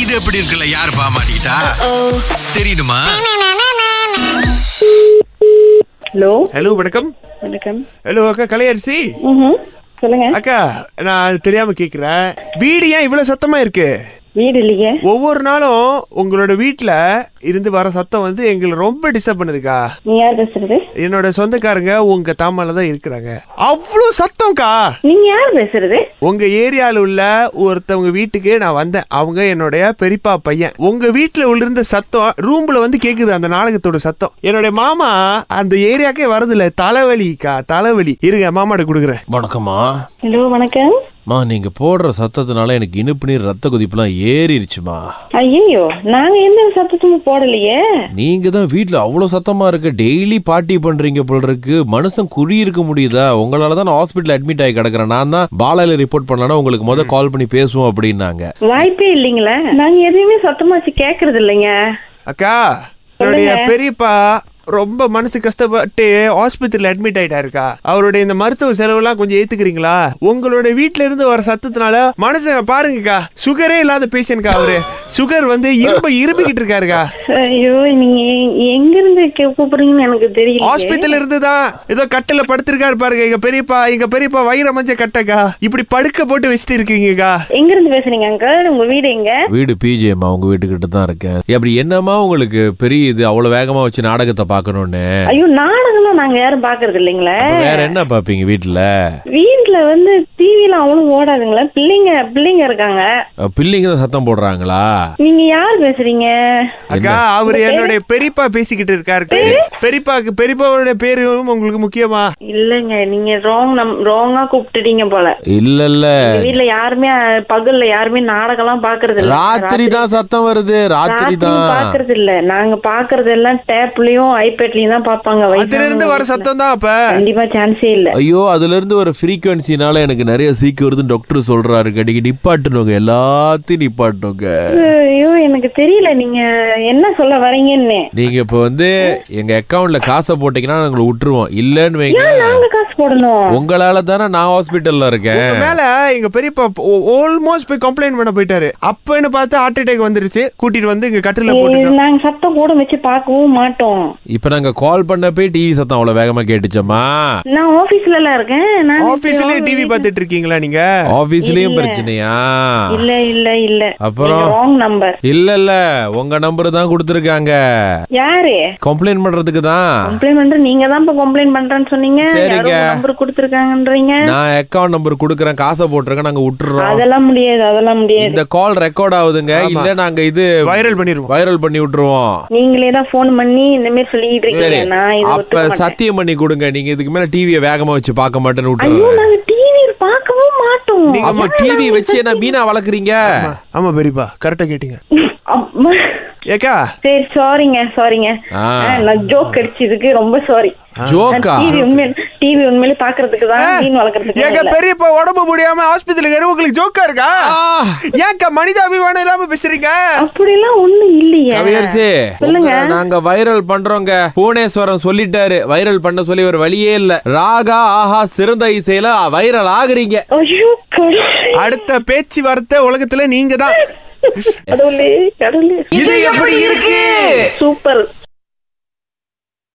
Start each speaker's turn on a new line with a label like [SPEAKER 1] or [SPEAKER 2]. [SPEAKER 1] இது எப்படி இருக்குல்ல யாரு பா மாட்டிக்கிட்டா தெரியுமா
[SPEAKER 2] ஹலோ
[SPEAKER 3] ஹலோ வணக்கம்
[SPEAKER 2] வணக்கம்
[SPEAKER 3] ஹலோ அக்கா கலையரசி
[SPEAKER 2] ம்ஹும். சொல்லுங்க
[SPEAKER 3] அக்கா நான் தெரியாம கேக்குறேன் வீடு ஏன் இவ்வளவு சத்தமா இருக்கு
[SPEAKER 2] வீடு இல்லையே
[SPEAKER 3] ஒவ்வொரு நாளும் உங்களோட வீட்டுல இருந்து வர சத்தம் வந்து எங்களை ரொம்ப டிஸ்டர்ப் பண்ணுதுக்கா
[SPEAKER 2] நீ யார் பேசுறது
[SPEAKER 3] என்னோட சொந்தக்காரங்க உங்க தாமால தான் இருக்கிறாங்க அவ்வளோ சத்தம்க்கா
[SPEAKER 2] நீங்க யார் பேசுறது
[SPEAKER 3] உங்க ஏரியால உள்ள ஒருத்தவங்க வீட்டுக்கு நான் வந்தேன் அவங்க என்னுடைய பெரியப்பா பையன் உங்க வீட்டுல இருந்த சத்தம் ரூம்ல வந்து கேக்குது அந்த நாடகத்தோட சத்தம் என்னுடைய மாமா அந்த ஏரியாக்கே வரதில்ல தலைவலிக்கா தலைவலி இருங்க மாமாட்ட கொடுக்குறேன்
[SPEAKER 4] வணக்கம்மா
[SPEAKER 2] ஹலோ வணக்கம்
[SPEAKER 4] அம்மா நீங்க போடுற சத்தத்தினால எனக்கு இனிப்பு நீர் ரத்த கொதிப்புலாம் ஏறிடுச்சுமா
[SPEAKER 2] ஐயோ நாங்க எந்த சத்தத்தும் போடலையே
[SPEAKER 4] நீங்க தான் வீட்ல அவ்வளவு சத்தமா இருக்கு டெய்லி பார்ட்டி பண்றீங்க போல இருக்கு மனுஷன் குழி இருக்க முடியுதா உங்களால தான் நான் ஹாஸ்பிட்டல் அட்மிட் ஆகி கிடக்குறேன் நான் தான் பாலால ரிப்போர்ட் பண்ணலன்னா உங்களுக்கு முத கால் பண்ணி பேசுவோம் அப்படின்னாங்க
[SPEAKER 2] வாய்ப்பே இல்லைங்களா நாங்க எதையுமே சத்தமா வச்சு கேக்குறது இல்லைங்க
[SPEAKER 3] அக்கா என்னுடைய பெரியப்பா ரொம்ப மனசு கஷ்டப்பட்டு ஹாஸ்பத்திரியில் அட்மிட் ஆயிட்டாருக்கா அவருடைய இந்த மருத்துவ செலவுலாம் கொஞ்சம் ஏத்துக்கிறீங்களா உங்களோட வீட்ல இருந்து வர சத்தத்தினால மனுஷன் பாருங்கக்கா சுகரே இல்லாத பேஷண்ட்க்கா அவரு சுகர் வந்து இரும்ப இரும்பிக்கிட்டு இருக்காருக்கா
[SPEAKER 2] ஐயோ நீங்க எ- எங்க இருந்து கே- கூப்பிடுறீங்கன்னு எனக்கு தெரியல
[SPEAKER 3] ஹாஸ்பிட்டல் இருந்து தான் ஏதோ கட்டில படுத்திருக்காரு பாருங்க எங்க பெரியப்பா எங்க பெரியப்பா வயிற மஞ்ச கட்டக்கா இப்படி படுக்க போட்டு வச்சுட்டு இருக்கீங்கக்கா
[SPEAKER 2] எங்க இருந்து பேசுறீங்க அங்கிள் உங்க வீடு எங்க
[SPEAKER 4] வீடு பிஜேம்மா உங்க வீட்டுக்கிட்ட தான் இருக்கேன் அப்படி என்னம்மா உங்களுக்கு பெரிய இது அவ்வளவு வேகமா வச்சு நாடகத்தை பார்க்கணும்னு
[SPEAKER 2] ஐயோ நாடகம்லாம் நாங்க யாரும் பாக்குறது இல்லைங்களே
[SPEAKER 4] அப்ப வேற என்ன பாப்பீங்க வீட்டுல
[SPEAKER 2] வீட்டுல வந்து டிவில அவனும் ஓடாதுங்களா பிள்ளைங்க பிள்ளைங்க இருக்காங்க
[SPEAKER 4] அஹ், பிள்ளைங்க தான் சத்தம் போடுறாங்களா
[SPEAKER 2] நீங்க யார் பேசுறீங்க
[SPEAKER 3] அக்கா அவர் என்னுடைய பெரியப்பா பேசிக்கிட்டு இருக்காரு பெரியப்பாக்கு பெரியப்பாவோட பேரும் உங்களுக்கு முக்கியமா
[SPEAKER 2] இல்லங்க நீங்க ராங் நம் ராங்கா கூப்பிட்டுட்டீங்க போல
[SPEAKER 4] இல்ல இல்ல
[SPEAKER 2] எங்க வீட்ல யாருமே அஹ், பகல்ல யாருமே நாடகம் எல்லாம் பாக்குறது இல்ல
[SPEAKER 4] ராத்திரி தான் சத்தம் வருது ராத்திரி தான்
[SPEAKER 2] பாக்குறது இல்ல நாங்க பாக்குறது எல்லாம் டேப்லயும் ஐபேட்லயும் தான் பாப்பாங்க
[SPEAKER 3] அதுல இருந்து வர
[SPEAKER 2] வயசானவங்க.
[SPEAKER 3] சத்தம் தான் அப்ப
[SPEAKER 2] கண்டிப்பா சான்ஸே இல்ல
[SPEAKER 4] ஐயோ அதுல இருந்து ஒரு ஃப்ரீக்வன்சினால எனக்கு நிறைய சீக்கு வருதுன்னு டாக்டர் சொல்றாரு கடிக்கு நிப்பாட்டணுங்க எல்லாத்தையும் நிப்பாட்டணுங்க
[SPEAKER 2] ஐயோ எனக்கு தெரியல நீங்க என்ன சொல்ல வரீங்கன்னு
[SPEAKER 4] நீங்க இப்ப வந்து எங்க அக்கவுண்ட்ல காசை போட்டீங்கன்னா நாங்களை விட்டுருவோம் இல்லன்னு வைங்க
[SPEAKER 2] ஏன் நாங்க காசு போடணும்
[SPEAKER 4] உங்களால தானே நான் ஹாஸ்பிட்டல்ல இருக்கேன்
[SPEAKER 3] உங்க மேல எங்க பெரியப்பா ஆல்மோஸ்ட் போய் கம்ப்ளைண்ட் பண்ண போயிட்டாரு அப்பன்னு பார்த்து ஹார்ட் அட்டாக் வந்துருச்சு கூட்டிட்டு வந்து இங்க கட்டில
[SPEAKER 2] இது
[SPEAKER 3] போட்டுட்டோம்
[SPEAKER 2] நாங்க சத்தம் கூட வச்சு பார்க்கவும் மாட்டோம்
[SPEAKER 4] இப்ப நாங்க கால் பண்ணப்பே டிவி சத்தம் அவ்வளவு வேகமா கேட்டுச்சோமா
[SPEAKER 2] நான் ஆபீஸ்ல எல்லாம் இருக்கேன் நான்
[SPEAKER 3] ஆபீஸ்லயே டிவி பார்த்துட்டு இருக்கீங்களா நீங்க
[SPEAKER 4] ஆபீஸ்லயும்
[SPEAKER 2] இல்ல.
[SPEAKER 4] பிரச்சனையா
[SPEAKER 2] இல்ல இல்ல இல்ல
[SPEAKER 4] அப்புறம்?
[SPEAKER 2] ராங் நம்பர்
[SPEAKER 4] இல்ல இல்ல உங்க நம்பர் தான் கொடுத்துருக்காங்க
[SPEAKER 2] யாரு
[SPEAKER 4] கம்ப்ளைண்ட் பண்றதுக்கு தான்
[SPEAKER 2] கம்ப்ளைண்ட் பண்ற நீங்க தான் இப்ப கம்ப்ளைண்ட் பண்றேன்னு சொன்னீங்க
[SPEAKER 4] சரிங்க.
[SPEAKER 2] யாரோ நம்பர் கொடுத்துருக்காங்கன்றீங்க
[SPEAKER 4] நான் அக்கவுண்ட் நம்பர் கொடுக்குறேன் காசை போட்டிருக்கேன் நாங்க விட்டுறோம்
[SPEAKER 2] அதெல்லாம் முடியாது அதெல்லாம் முடியாது
[SPEAKER 4] இந்த கால் ரெக்கார்ட் ஆகுதுங்க
[SPEAKER 3] ஆமா.
[SPEAKER 4] இல்ல நாங்க இது
[SPEAKER 3] வைரல் பண்ணிருவோம்
[SPEAKER 4] வைரல் பண்ணி விட்டுருவோம்
[SPEAKER 2] நீங்களே தான் ஃபோன் பண்ணி இந்த மாதிரி சொல்லிட்டு
[SPEAKER 4] சரி
[SPEAKER 2] இருக்கீங்க நான் இது
[SPEAKER 4] அப்ப
[SPEAKER 2] ஒத்துக்க மாட்டேன்
[SPEAKER 4] சத்தியம் பண்ணி கொடுங்க நீங்க இதுக்கு மேல டிவியை வேகமா வச்சு பார்க்க மாட்டேன்னு
[SPEAKER 2] ஐயோ
[SPEAKER 4] விட்டுறேன்
[SPEAKER 2] நாங்க டிவி பார்க்கவும் மாட்டோம்
[SPEAKER 4] ஆமா டிவி வச்சு என்ன மீனா வளர்க்குறீங்க
[SPEAKER 3] ஆமா பெரியப்பா கரெக்டா கேட்டீங்க
[SPEAKER 2] அம்மா.
[SPEAKER 3] ஏக்கா
[SPEAKER 2] சரி சாரிங்க சாரிங்க
[SPEAKER 4] ஆ.
[SPEAKER 2] நான் ஜோக் அடிச்சதுக்கு ரொம்ப சாரி
[SPEAKER 4] ஜோக்கா
[SPEAKER 2] டிவி உண்மையில டிவி உண்மையில பாக்குறதுக்கு தான் மீன்
[SPEAKER 3] ஏக்கா
[SPEAKER 2] வளர்க்கறதுக்கு
[SPEAKER 3] பெரியப்பா உடம்பு முடியாம ஹாஸ்பிட்டலுக்கு உங்களுக்கு ஜோக்கா இருக்கா ஏக்கா மனிதாபிமானம் இல்லாம பேசுறீங்க
[SPEAKER 2] அப்படிலாம் ஒண்ணு இல்லையே
[SPEAKER 4] கவியரசு
[SPEAKER 2] சொல்லுங்க.
[SPEAKER 4] உங்களை நாங்க வைரல் பண்றோங்க புவனேஸ்வரன் சொல்லிட்டாரு வைரல் பண்ண சொல்லி ஒரு வழியே இல்ல ராகா ஆஹா சிறந்த இசையில வைரல் ஆகுறீங்க
[SPEAKER 2] ஐயோ கடவுளே
[SPEAKER 3] அடுத்த பேச்சு வார்த்தை உலகத்துல நீங்க தான்
[SPEAKER 2] கடவுளே கடவுளே
[SPEAKER 3] இது எப்படி இருக்கு
[SPEAKER 2] சூப்பர்